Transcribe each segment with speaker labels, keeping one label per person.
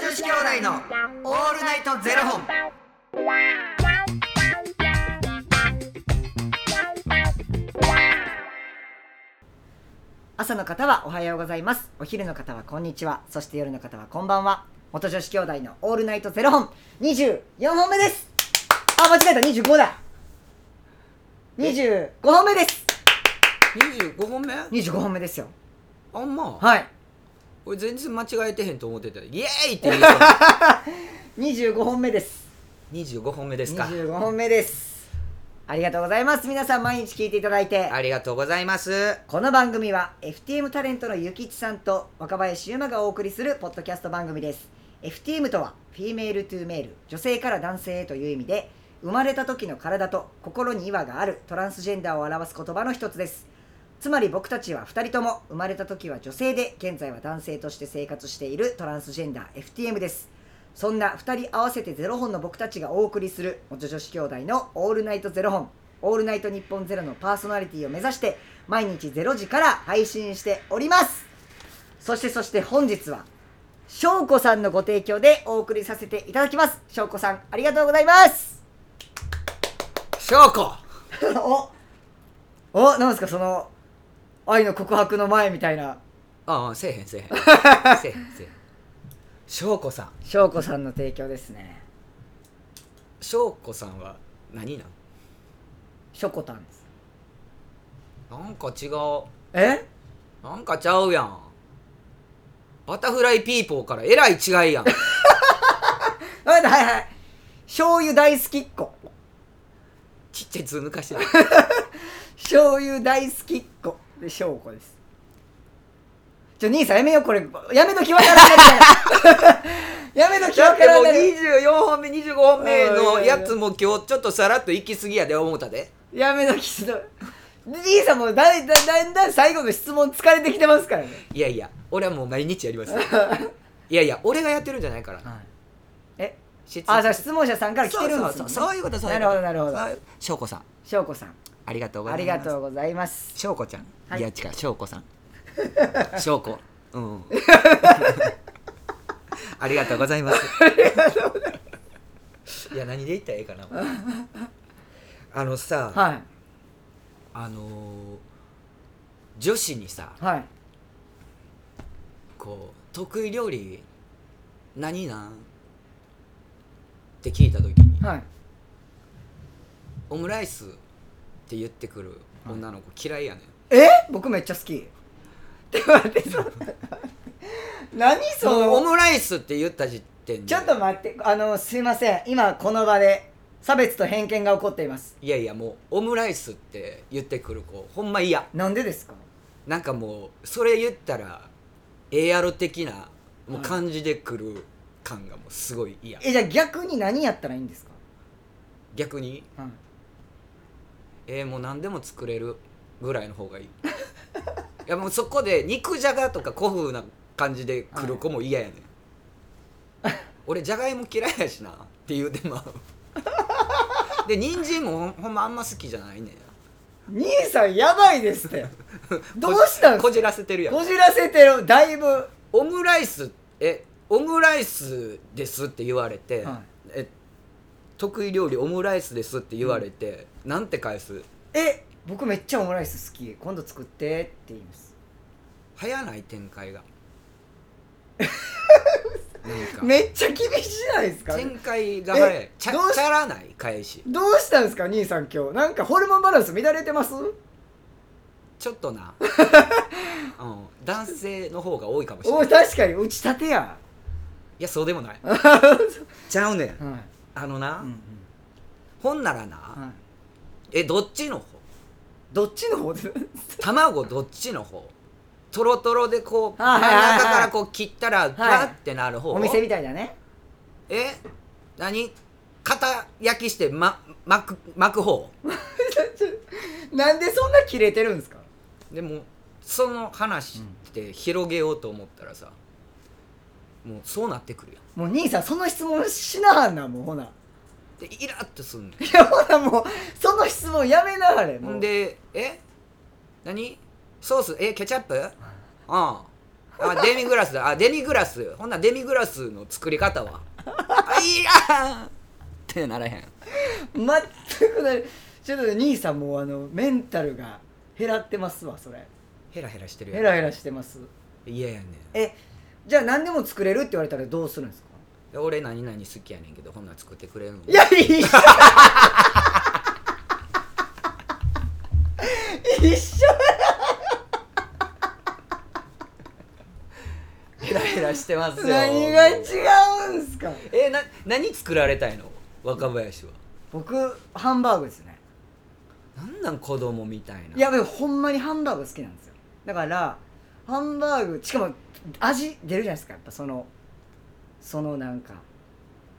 Speaker 1: 子兄弟のオールナイトゼロ本。
Speaker 2: 朝の方はおはようございますお昼の方はこんにちはそして夜の方はこんばんは元女子兄弟のオールナイトゼロ本24本目ですあ間違えた25だ25本目です
Speaker 1: 二十五本目？
Speaker 2: 25本目ですよ
Speaker 1: あんま。
Speaker 2: はい
Speaker 1: 俺全然間違えてへんと思ってた。イエーイって言う。
Speaker 2: 25本目です
Speaker 1: 二十五本目ですか。
Speaker 2: 25本目ですありがとうございます皆さん毎日聞いていただいて
Speaker 1: ありがとうございます。
Speaker 2: この番組は FTM タレントのゆきちさんと若林優馬がお送りするポッドキャスト番組です FTM とはフィメールトゥーメール女性から男性へという意味で生まれた時の体と心に違和があるトランスジェンダーを表す言葉の一つですつまり僕たちは2人とも生まれた時は女性で現在は男性として生活しているトランスジェンダー FTM ですそんな2人合わせてゼロ本の僕たちがお送りする元女子兄弟の「オールナイトゼロ本」「オールナイト日本ゼロのパーソナリティを目指して毎日0時から配信しておりますそしてそして本日は翔子さんのご提供でお送りさせていただきます翔子さんありがとうございます
Speaker 1: 証拠。
Speaker 2: おおなんですかその愛の告白の前みたいな
Speaker 1: ああせえへんせえへん。 せえへんせえへん。証拠さん。
Speaker 2: 翔子さんの提供ですね
Speaker 1: 証拠さんは何なん？
Speaker 2: しょこたんです
Speaker 1: なんか違う。
Speaker 2: え
Speaker 1: なんかちゃうやん。バタフライピーポーからえらい違い やん。
Speaker 2: はいはいはい醤油大好きっ子
Speaker 1: ちっちゃい図抜かしてる。
Speaker 2: 醤油大好きっ子で翔子ですちょ兄さんやめようこれやめときわからない やめとき
Speaker 1: だ
Speaker 2: わ
Speaker 1: っ
Speaker 2: か
Speaker 1: ても
Speaker 2: ら
Speaker 1: う
Speaker 2: ない
Speaker 1: 24本目25本目の
Speaker 2: うん
Speaker 1: やつも今日ちょっとさらっと行き過ぎやで思ったで
Speaker 2: やめときしどい兄さんもうだいだいだんだん最後の質問疲れてきてますからね、
Speaker 1: いやいや俺はもう毎日やります いやいや俺がやってるんじゃないから
Speaker 2: え
Speaker 1: 質
Speaker 2: あじゃあ質問者さんから来
Speaker 1: そ
Speaker 2: て
Speaker 1: う
Speaker 2: るん
Speaker 1: そ
Speaker 2: で
Speaker 1: う
Speaker 2: す
Speaker 1: そ
Speaker 2: よ
Speaker 1: うそういうことそういうこ
Speaker 2: なる
Speaker 1: と
Speaker 2: ほどなるほど
Speaker 1: そう翔子さん
Speaker 2: 翔子さん
Speaker 1: ありがとうござ
Speaker 2: あ
Speaker 1: い
Speaker 2: り
Speaker 1: ます
Speaker 2: がとうございます
Speaker 1: 翔子ちゃん、
Speaker 2: はい
Speaker 1: い、や違う翔子 さん翔子うん ありがとうございますいや何で言ったらええかな あのさ、
Speaker 2: は
Speaker 1: あのー女子にさ
Speaker 2: いはい
Speaker 1: こう得意料理何なんって聞いた時に
Speaker 2: はい
Speaker 1: オムライスって言ってくる女の子嫌いやねん、
Speaker 2: え僕めっちゃ好き って待ってそんな何そ
Speaker 1: その
Speaker 2: の
Speaker 1: オムライスって言った時点で
Speaker 2: ちょっと待ってあのすいません今この場で差別と偏見が起こっています
Speaker 1: いやいやもうオムライスって言ってくる子ほんま嫌
Speaker 2: なんでですか
Speaker 1: なんかもうそれ言ったらええやろ的なもう
Speaker 2: はい
Speaker 1: 感じでくる感がもうすごい嫌、
Speaker 2: えじゃあ逆に何やったらいいんですか、
Speaker 1: 逆にえー、もう何でも作れるぐらいの方がいい いやもうそこで肉じゃがとか古風な感じで来る子も嫌やねん、俺じゃがいも嫌いやしなって言う てまうで人参もほんほんまあんま好きじゃないねん
Speaker 2: 兄さんやばいです ってどうしたんですか
Speaker 1: こじらせてるやん
Speaker 2: こじらせてるだいぶは
Speaker 1: オムライスえオムライスですって言われて、
Speaker 2: は
Speaker 1: え得意料理オムライスですって言われて、なんて返す
Speaker 2: え僕めっちゃオムライス好き今度作ってって言います
Speaker 1: 早ない展開 がなんか
Speaker 2: めっちゃ厳しいじゃないですか
Speaker 1: 展開が早い
Speaker 2: え
Speaker 1: ちゃ
Speaker 2: どうし
Speaker 1: ちゃらない返し
Speaker 2: どうしたんですか兄さん今日なんかホルモンバランス乱れてます
Speaker 1: ちょっ とな、うん、男性の方が多いかもしれ
Speaker 2: お
Speaker 1: ない
Speaker 2: い
Speaker 1: い
Speaker 2: 確かに打ち立てや、
Speaker 1: やそうでもない ちゃうねん
Speaker 2: は
Speaker 1: あの
Speaker 2: い
Speaker 1: な、
Speaker 2: うん
Speaker 1: ほんならな、
Speaker 2: うんはい、
Speaker 1: えどっちの方
Speaker 2: どっちの方で
Speaker 1: 卵どっちの方とろとろでこう真
Speaker 2: はい
Speaker 1: ん
Speaker 2: はいはいはい
Speaker 1: 中からこう切ったらバってなる方、
Speaker 2: お店みたいだね
Speaker 1: え何肩焼きして、ま、巻く巻く方
Speaker 2: なんでそんなキレてるんですか
Speaker 1: でもその話って広げようと思ったらさ、もうそうなってくるやん
Speaker 2: もう兄さんその質問しなはんなもうほな
Speaker 1: でイラッとす んね
Speaker 2: いやほなもうその質問やめなはれ
Speaker 1: んほ
Speaker 2: もうん
Speaker 1: でえ何ソースえケチャップあああデミグラスだあデミグラスほんならデミグラスの作り方 はあいやーってならへん
Speaker 2: 全くないちょっとね兄さんもうあのメンタルが減らってますわそれ
Speaker 1: ヘラヘラしてる
Speaker 2: ヘ
Speaker 1: や
Speaker 2: ラヘラしてます
Speaker 1: ん嫌やねん
Speaker 2: えじゃあ何でも作れるって言われたらどうするんですか
Speaker 1: で俺何々好きやねんけどほんなら作ってくれるの
Speaker 2: いや一緒一緒
Speaker 1: ヘラヘラしてますよ
Speaker 2: 何が違うんすか
Speaker 1: えな何作られたいの若林は
Speaker 2: 僕ハンバーグですね
Speaker 1: なんなん子供みたいない
Speaker 2: やでもほんまにハンバーグ好きなんですよだからハンバーグしかも味出るじゃないですかやっぱそのそのなんか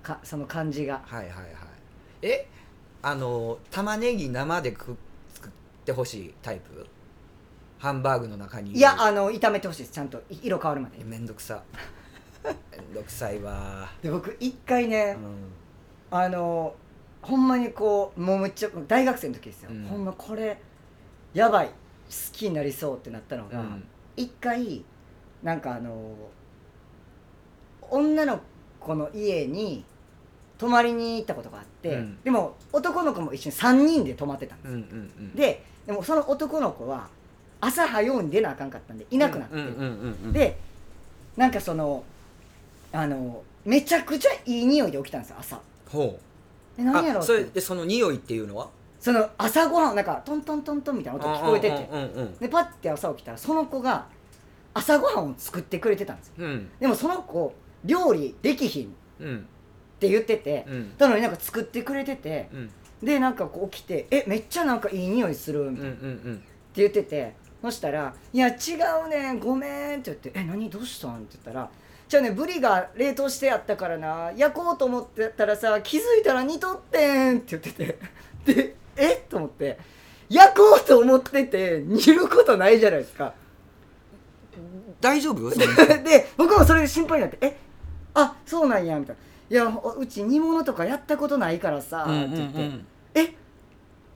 Speaker 2: かその感じが
Speaker 1: はいはいはいえあの玉ねぎ生でく作ってほしいタイプハンバーグの中に
Speaker 2: いやあの炒めてほしいですちゃんとい色変わるまで
Speaker 1: えめんどくさめんどくさいわ
Speaker 2: で僕一回
Speaker 1: う
Speaker 2: ね、
Speaker 1: ん
Speaker 2: あのほんまにこうもうむっちゃ大学生の時ですよ、
Speaker 1: うん
Speaker 2: ほんまこれやばい好きになりそうってなったの
Speaker 1: う
Speaker 2: が
Speaker 1: ん
Speaker 2: 一、回なんかあの女の子の家に泊まりに行ったことがあって、
Speaker 1: うん
Speaker 2: でも男の子も一緒に3人で泊まってたんで
Speaker 1: うんう
Speaker 2: す、
Speaker 1: んうん
Speaker 2: ででもその男の子は朝早うに出なあかんかったんでいなくなって、
Speaker 1: うんうんうんうん
Speaker 2: でなんかそのあのめちゃくちゃいい匂いで起きたんですよ朝
Speaker 1: ほ
Speaker 2: え
Speaker 1: う
Speaker 2: 何やろ
Speaker 1: あ
Speaker 2: う
Speaker 1: そ
Speaker 2: っ
Speaker 1: れ
Speaker 2: て
Speaker 1: でその匂いっていうのは
Speaker 2: その朝ごはんなんかトントントントンみたいな音聞こえてて
Speaker 1: うんうん
Speaker 2: でパッて朝起きたらその子が朝ごはんを作ってくれてたんですよ
Speaker 1: うんうん
Speaker 2: でもその子料理できひんっ
Speaker 1: うん
Speaker 2: て言ってて
Speaker 1: うん
Speaker 2: なのになんか作ってくれてて
Speaker 1: うん
Speaker 2: でなんかこう起きて「えめっちゃなんかいい匂いする」み
Speaker 1: うん
Speaker 2: たい
Speaker 1: うん
Speaker 2: なっ
Speaker 1: うん
Speaker 2: て言っててそしたら「いや違うねんごめん」って言って「え何どうしたん?」って言ったら「じゃあねブリが冷凍してやったからな焼こうと思ってたらさ気づいたら煮とってん」って言っててで「えっ?」と思って焼こうと思ってて煮ることないじゃないですか。
Speaker 1: 大丈夫それ
Speaker 2: で僕もそれで心配になって「えあそうなんや」みたいな「いやおうち煮物とかやったことないからさ」
Speaker 1: うん
Speaker 2: って
Speaker 1: うん
Speaker 2: 言
Speaker 1: う
Speaker 2: って「
Speaker 1: ん
Speaker 2: え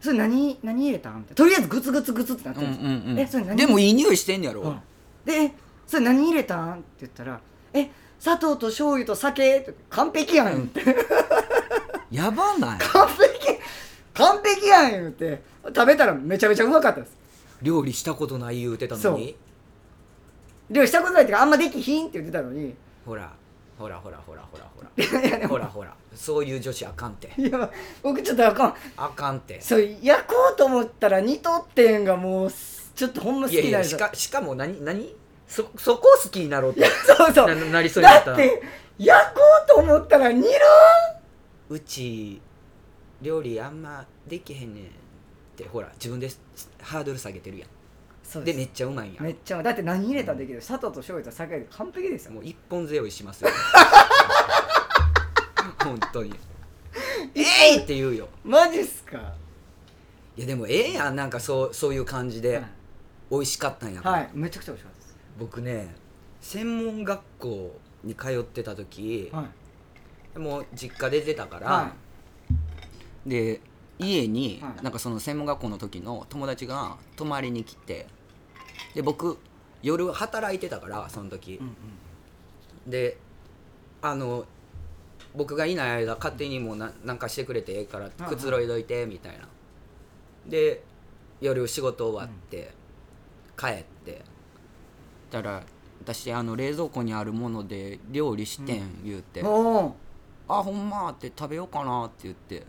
Speaker 2: それ何何入れたん?」みたいなとりあえずグツグツグツってなって
Speaker 1: うん
Speaker 2: るんですよ、えそれ
Speaker 1: うんうん
Speaker 2: 何
Speaker 1: でもいい匂いしてんねや
Speaker 2: うん
Speaker 1: ろ
Speaker 2: でえ「それ何入れたん?」って言ったら「え砂糖と醤油と酒」って完璧やん」って
Speaker 1: やばな い
Speaker 2: 完璧完璧やん」言うて食べたらめちゃめちゃうまかったです
Speaker 1: 料理したことない言うてた
Speaker 2: そ
Speaker 1: の
Speaker 2: う
Speaker 1: に
Speaker 2: 料理したことないっていうかあんまできひんって言ってたの に
Speaker 1: ほらほらほらほらほらほら
Speaker 2: いやでも
Speaker 1: ほらほらそういう女子あかんって
Speaker 2: いや僕ちょっとあかん
Speaker 1: あかんって
Speaker 2: そう焼こうと思ったら煮とってんがもうすちょっとほんま好
Speaker 1: い
Speaker 2: きな
Speaker 1: や
Speaker 2: ん
Speaker 1: い
Speaker 2: で
Speaker 1: や
Speaker 2: す
Speaker 1: し
Speaker 2: よ
Speaker 1: かしかも何何そそこ好きになろうって
Speaker 2: そうそう
Speaker 1: ななりそうにな
Speaker 2: だ
Speaker 1: った
Speaker 2: っ
Speaker 1: ら
Speaker 2: て焼こうと思ったら煮る
Speaker 1: うち料理あんまできへんねんってほら自分でハードル下げてるや
Speaker 2: そうんで
Speaker 1: ですめっちゃうまいんや
Speaker 2: めっちゃだって何入れたんだけど砂糖と醤油と酒で完璧ですよ
Speaker 1: もう一本背負いしますよ 本当に「えい!」って言うよ
Speaker 2: マジっすか
Speaker 1: いやでもええやんなんかそうそういう感じで美味しかったんやから、
Speaker 2: はいめちゃくちゃ美味しかったです
Speaker 1: 僕ね専門学校に通ってた時、
Speaker 2: はい
Speaker 1: もう実家で出てたから、
Speaker 2: は
Speaker 1: で家に
Speaker 2: はい
Speaker 1: なんかその専門学校の時の友達が泊まりに来てで僕夜働いてたからその時
Speaker 2: うんうん
Speaker 1: であの僕がいない間勝手にもうななんかしてくれてええから
Speaker 2: はい
Speaker 1: くつろいどいてみたいなで夜仕事終わって帰ってたら私あの冷蔵庫にあるもので料理してん言うて、
Speaker 2: おー
Speaker 1: あほんまって食べようかなって言って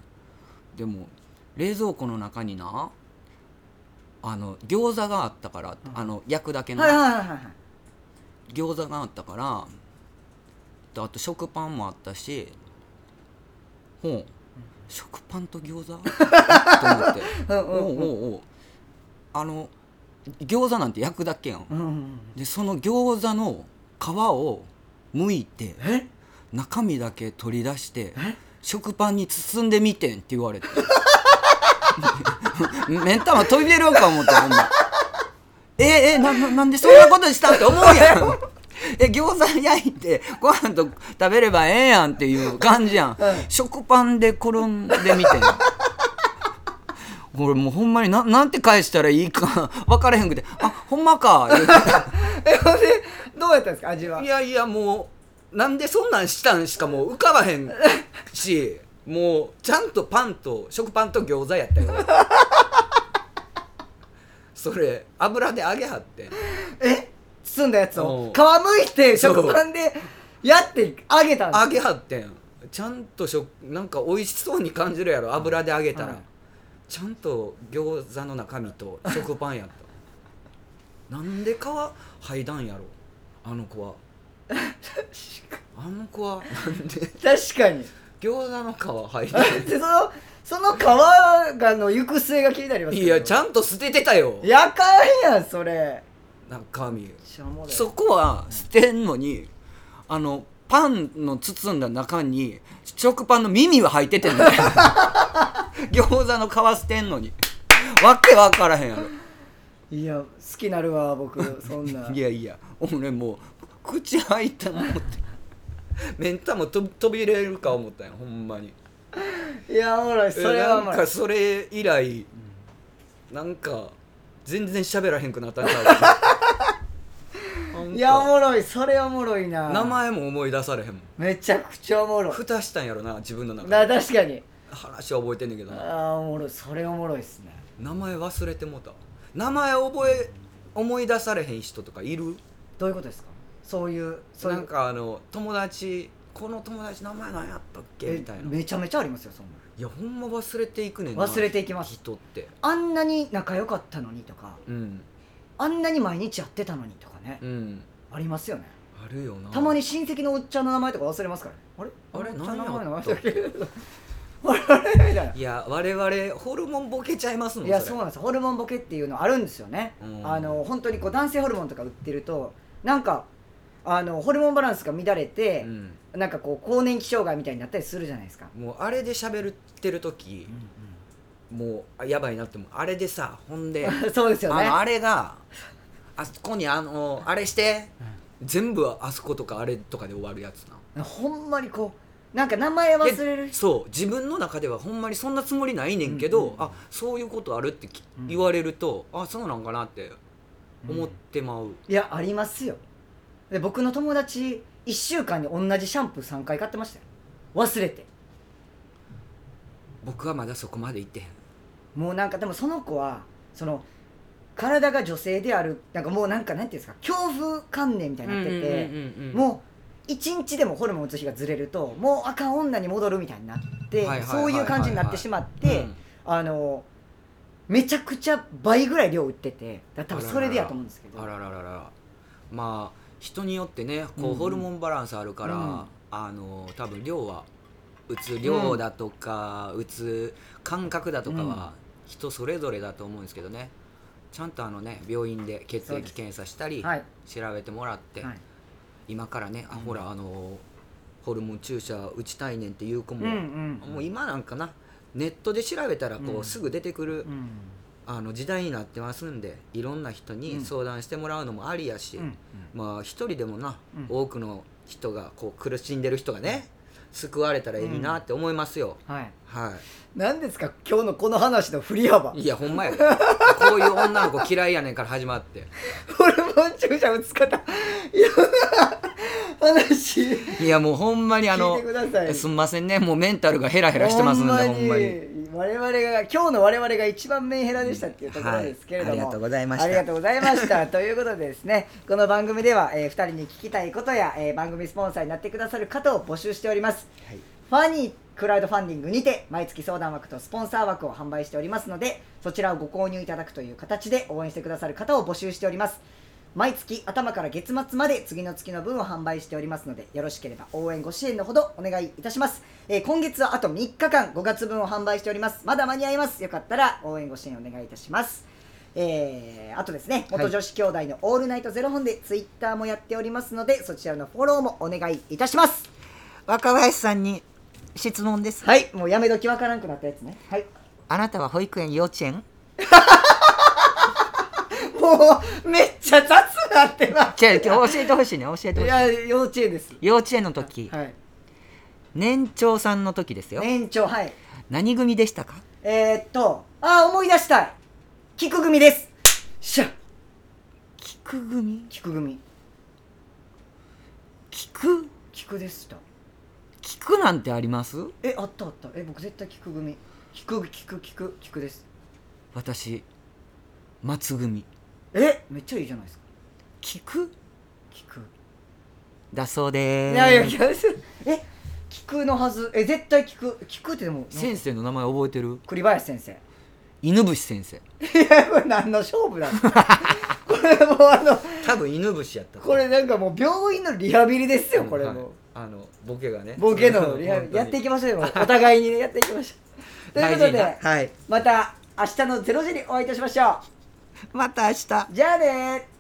Speaker 1: でも冷蔵庫の中になあの餃子があったから、
Speaker 2: うん
Speaker 1: あの焼くだけの
Speaker 2: はいはいはいはい
Speaker 1: 餃子があったからであと食パンもあったしほう食パンと餃子 と思って
Speaker 2: うん
Speaker 1: おう
Speaker 2: うんうん
Speaker 1: おうおうあの餃子なんて焼くだけやん
Speaker 2: うんうん
Speaker 1: でその餃子の皮を剥いて
Speaker 2: え
Speaker 1: 中身だけ取り出して
Speaker 2: え
Speaker 1: 食パンに包んでみてんって言われて 目ん玉飛び出るんか思ったほんまええなななんでそんなことしたんって思 うやんえ餃子焼いてご飯と食べればええやんっていう感じやん、食パンで転んでみてんこれもうほんまにななんて返したらいいか分からへんくて「あほんまか」言うて
Speaker 2: えほんでどうやったんですか味はい
Speaker 1: やいやもうなんでそんなんしたんしかもう浮かばへん しもうちゃんとパンと食パンと餃子やったよ それ油で揚げはって
Speaker 2: え包んだやつ
Speaker 1: う
Speaker 2: を
Speaker 1: ん
Speaker 2: 皮むいて食パンでやってあげたんです
Speaker 1: 揚げはってんちゃんと食なんか美味しそうに感じるやろ油で揚げたら、
Speaker 2: はい
Speaker 1: ちゃんと餃子の中身と食パンやった なんで皮剥いだんやろあの子 はあの子はなんで
Speaker 2: 確かに
Speaker 1: 餃子の皮剥いだん
Speaker 2: でそのその皮がの行く末が気になりますけど
Speaker 1: いやちゃんと捨ててたよ
Speaker 2: やかんやんそれ
Speaker 1: 中身
Speaker 2: しょうもない
Speaker 1: そこは捨てんのにあのパンの包んだ中に食パンの耳は入っててん の餃子の皮捨てんのにわけわからへんやろ
Speaker 2: いや好きなるわ僕そんない
Speaker 1: やいや俺もう口開いたの思ってメンタもと飛び入れるか思ったんよほんまに
Speaker 2: いやおもろいそれはおもろ
Speaker 1: なんか
Speaker 2: い
Speaker 1: それ以来なんか全然喋らへんくなったんちゃう かななんか
Speaker 2: いやおもろいそれおもろいな
Speaker 1: 名前も思い出されへんもん
Speaker 2: めちゃくちゃおもろい
Speaker 1: 蓋したんやろな自分の中で
Speaker 2: な確かに
Speaker 1: 話は覚えてんねんけどな
Speaker 2: ああおもろいそれおもろいっすね
Speaker 1: 名前忘れてもうた名前覚え思い出されへん人とかいる
Speaker 2: どういうことですかそういうそういう
Speaker 1: なんかあの友達この友達名前何やったっけ
Speaker 2: え
Speaker 1: みたいない
Speaker 2: めちゃめちゃありますよそんな
Speaker 1: やほんま忘れていくねんな
Speaker 2: 忘れていきます
Speaker 1: 人って
Speaker 2: あんなに仲良かったのにとか
Speaker 1: うん
Speaker 2: あんなに毎日やってたのにとかね、
Speaker 1: うん
Speaker 2: ありますよね
Speaker 1: あるよな
Speaker 2: たまに親戚のおっちゃんの名前とか忘れますからねあれ
Speaker 1: あれ
Speaker 2: おっちゃんの名前
Speaker 1: 何
Speaker 2: の名
Speaker 1: やったっけ
Speaker 2: 前 だっけあれあれみたいない
Speaker 1: や我々ホルモンボケちゃいますもん
Speaker 2: いやそうなん
Speaker 1: ん
Speaker 2: ですホルモンボケっていうのあるんですよね、
Speaker 1: うん
Speaker 2: あの本当にこう男性ホルモンとか売ってるとなんかあのホルモンバランスが乱れて
Speaker 1: う、ん
Speaker 2: なんかこう更年期障害みたいになったりするじゃないですか、
Speaker 1: もうあれで喋ってる時もうあやばいなってもうあれでさほん で
Speaker 2: そうですよ
Speaker 1: あ
Speaker 2: ね
Speaker 1: のあれがあそこにあのあれして、全部あそことかあれとかで終わるやつな
Speaker 2: ほんまにこうなんか名前忘れる
Speaker 1: でそう自分の中ではほんまにそんなつもりないねんけ
Speaker 2: うん
Speaker 1: ど、
Speaker 2: うん
Speaker 1: あそういうことあるってき
Speaker 2: うん
Speaker 1: 言われると、あそうなんかなって思ってまう、
Speaker 2: いやありますよで僕の友達1週間に同じシャンプー3回買ってましたよ忘れて
Speaker 1: 僕はまだそこまで行ってへん
Speaker 2: もうなんかでもその子はその体が女性であるなんかもうなんかなんていうんですか恐怖観念みたいになってて、
Speaker 1: うんうんうん
Speaker 2: もう1日でもホルモン打つ日がずれるともうあかん女に戻るみたいになって
Speaker 1: はいはいはいはい
Speaker 2: そういう感じになってしまって、
Speaker 1: うん
Speaker 2: あのめちゃくちゃ倍ぐらい量売っててだ多分それでやと思うんですけど
Speaker 1: あららららまあ人によってねこ
Speaker 2: うんう
Speaker 1: うんホルモンバランスあるから、
Speaker 2: うん
Speaker 1: あの多分量は打つ量だとか、打つ感覚だとかは人それぞれだと思うんですけどねちゃんとあのね病院で血
Speaker 2: そうで
Speaker 1: 液
Speaker 2: す
Speaker 1: 検査したり、
Speaker 2: はい、
Speaker 1: 調べてもらって、
Speaker 2: はい
Speaker 1: 今からねあ
Speaker 2: うん
Speaker 1: ほらあのホルモン注射打ちたいねんっていう子
Speaker 2: うんう
Speaker 1: も、
Speaker 2: ん
Speaker 1: もう今なんかなネットで調べたらこう、
Speaker 2: うん
Speaker 1: すぐ出てくる
Speaker 2: うん
Speaker 1: あの時代になってますんでいろんな人
Speaker 2: う
Speaker 1: に
Speaker 2: ん
Speaker 1: 相談してもらうのもありやし、
Speaker 2: うん
Speaker 1: まあ一人でもな、
Speaker 2: うん
Speaker 1: 多くの人がこう苦しんでる人がね救われたらいいなって思いますよ、
Speaker 2: はい
Speaker 1: は
Speaker 2: 何ですか今日のこの話の振り幅
Speaker 1: いいやほんまやで こういう女の子嫌いやねんから始まって
Speaker 2: ホルモン注射打つ方いや話聞い
Speaker 1: いやもうほんまにあの
Speaker 2: てください
Speaker 1: すんませんねもうメンタルがヘラヘラしてますんでほんまに
Speaker 2: 我々が今日の我々が一番メンヘラでしたっていうところですけれども、
Speaker 1: はいありがとうございました
Speaker 2: ありがとうございましたということでですねこの番組では、え2人に聞きたいことや、えー番組スポンサーになってくださる方を募集しております、
Speaker 1: はい
Speaker 2: ファニークラウドファンディングにて毎月相談枠とスポンサー枠を販売しておりますのでそちらをご購入いただくという形で応援してくださる方を募集しております毎月頭から月末まで次の月の分を販売しておりますのでよろしければ応援ご支援のほどお願いいたします、えー今月はあと3日間5月分を販売しておりますまだ間に合いますよかったら応援ご支援お願いいたしますえーあとですね元女子兄弟の「オールナイトゼロ本」でツイッターもやっておりますのでそちらのフォローもお願いいたします
Speaker 3: 若林さんに質問です
Speaker 2: はいもうやめどきわからんくなったやつねはい
Speaker 3: あなたは保育園幼稚園
Speaker 2: もうめっちゃ雑なってな
Speaker 3: 違う教えてほしいね教えてほ
Speaker 2: い
Speaker 3: しい
Speaker 2: や幼稚園です
Speaker 3: 幼稚園の時、
Speaker 2: はい
Speaker 3: 年長さんの時ですよ、
Speaker 2: 年長はい
Speaker 3: 何組でしたか
Speaker 2: えー、っとああ思い出したい菊組ですしゃ
Speaker 3: 菊組
Speaker 2: 菊組
Speaker 3: 聞く
Speaker 2: 聞くでした
Speaker 3: 聞くなんてあります
Speaker 2: えあったあったえ僕絶対聞く組聞く聞く聞く聞くです
Speaker 3: 私松組
Speaker 2: えめっちゃいいじゃないですか
Speaker 3: 聞く
Speaker 2: 聞く
Speaker 3: だそうで
Speaker 2: い
Speaker 3: す
Speaker 2: やいやいやえ聞くのはずえ絶対聞く聞くってでも
Speaker 3: 先生の名前覚えてる
Speaker 2: 栗林先生
Speaker 3: 犬伏先生
Speaker 2: いやこれ何の勝負だこれもうあの
Speaker 1: 多分犬伏やったと
Speaker 2: これなんかもう病院のリハビリですよこれ
Speaker 1: はい
Speaker 2: も
Speaker 1: あのボケがね
Speaker 2: うボケのリハビリやっていきましょうよもうお互いにねやっていきましょうと いうことで
Speaker 1: はい
Speaker 2: また明日の0時にお会いいたしましょ
Speaker 3: また明日
Speaker 2: うじゃあねー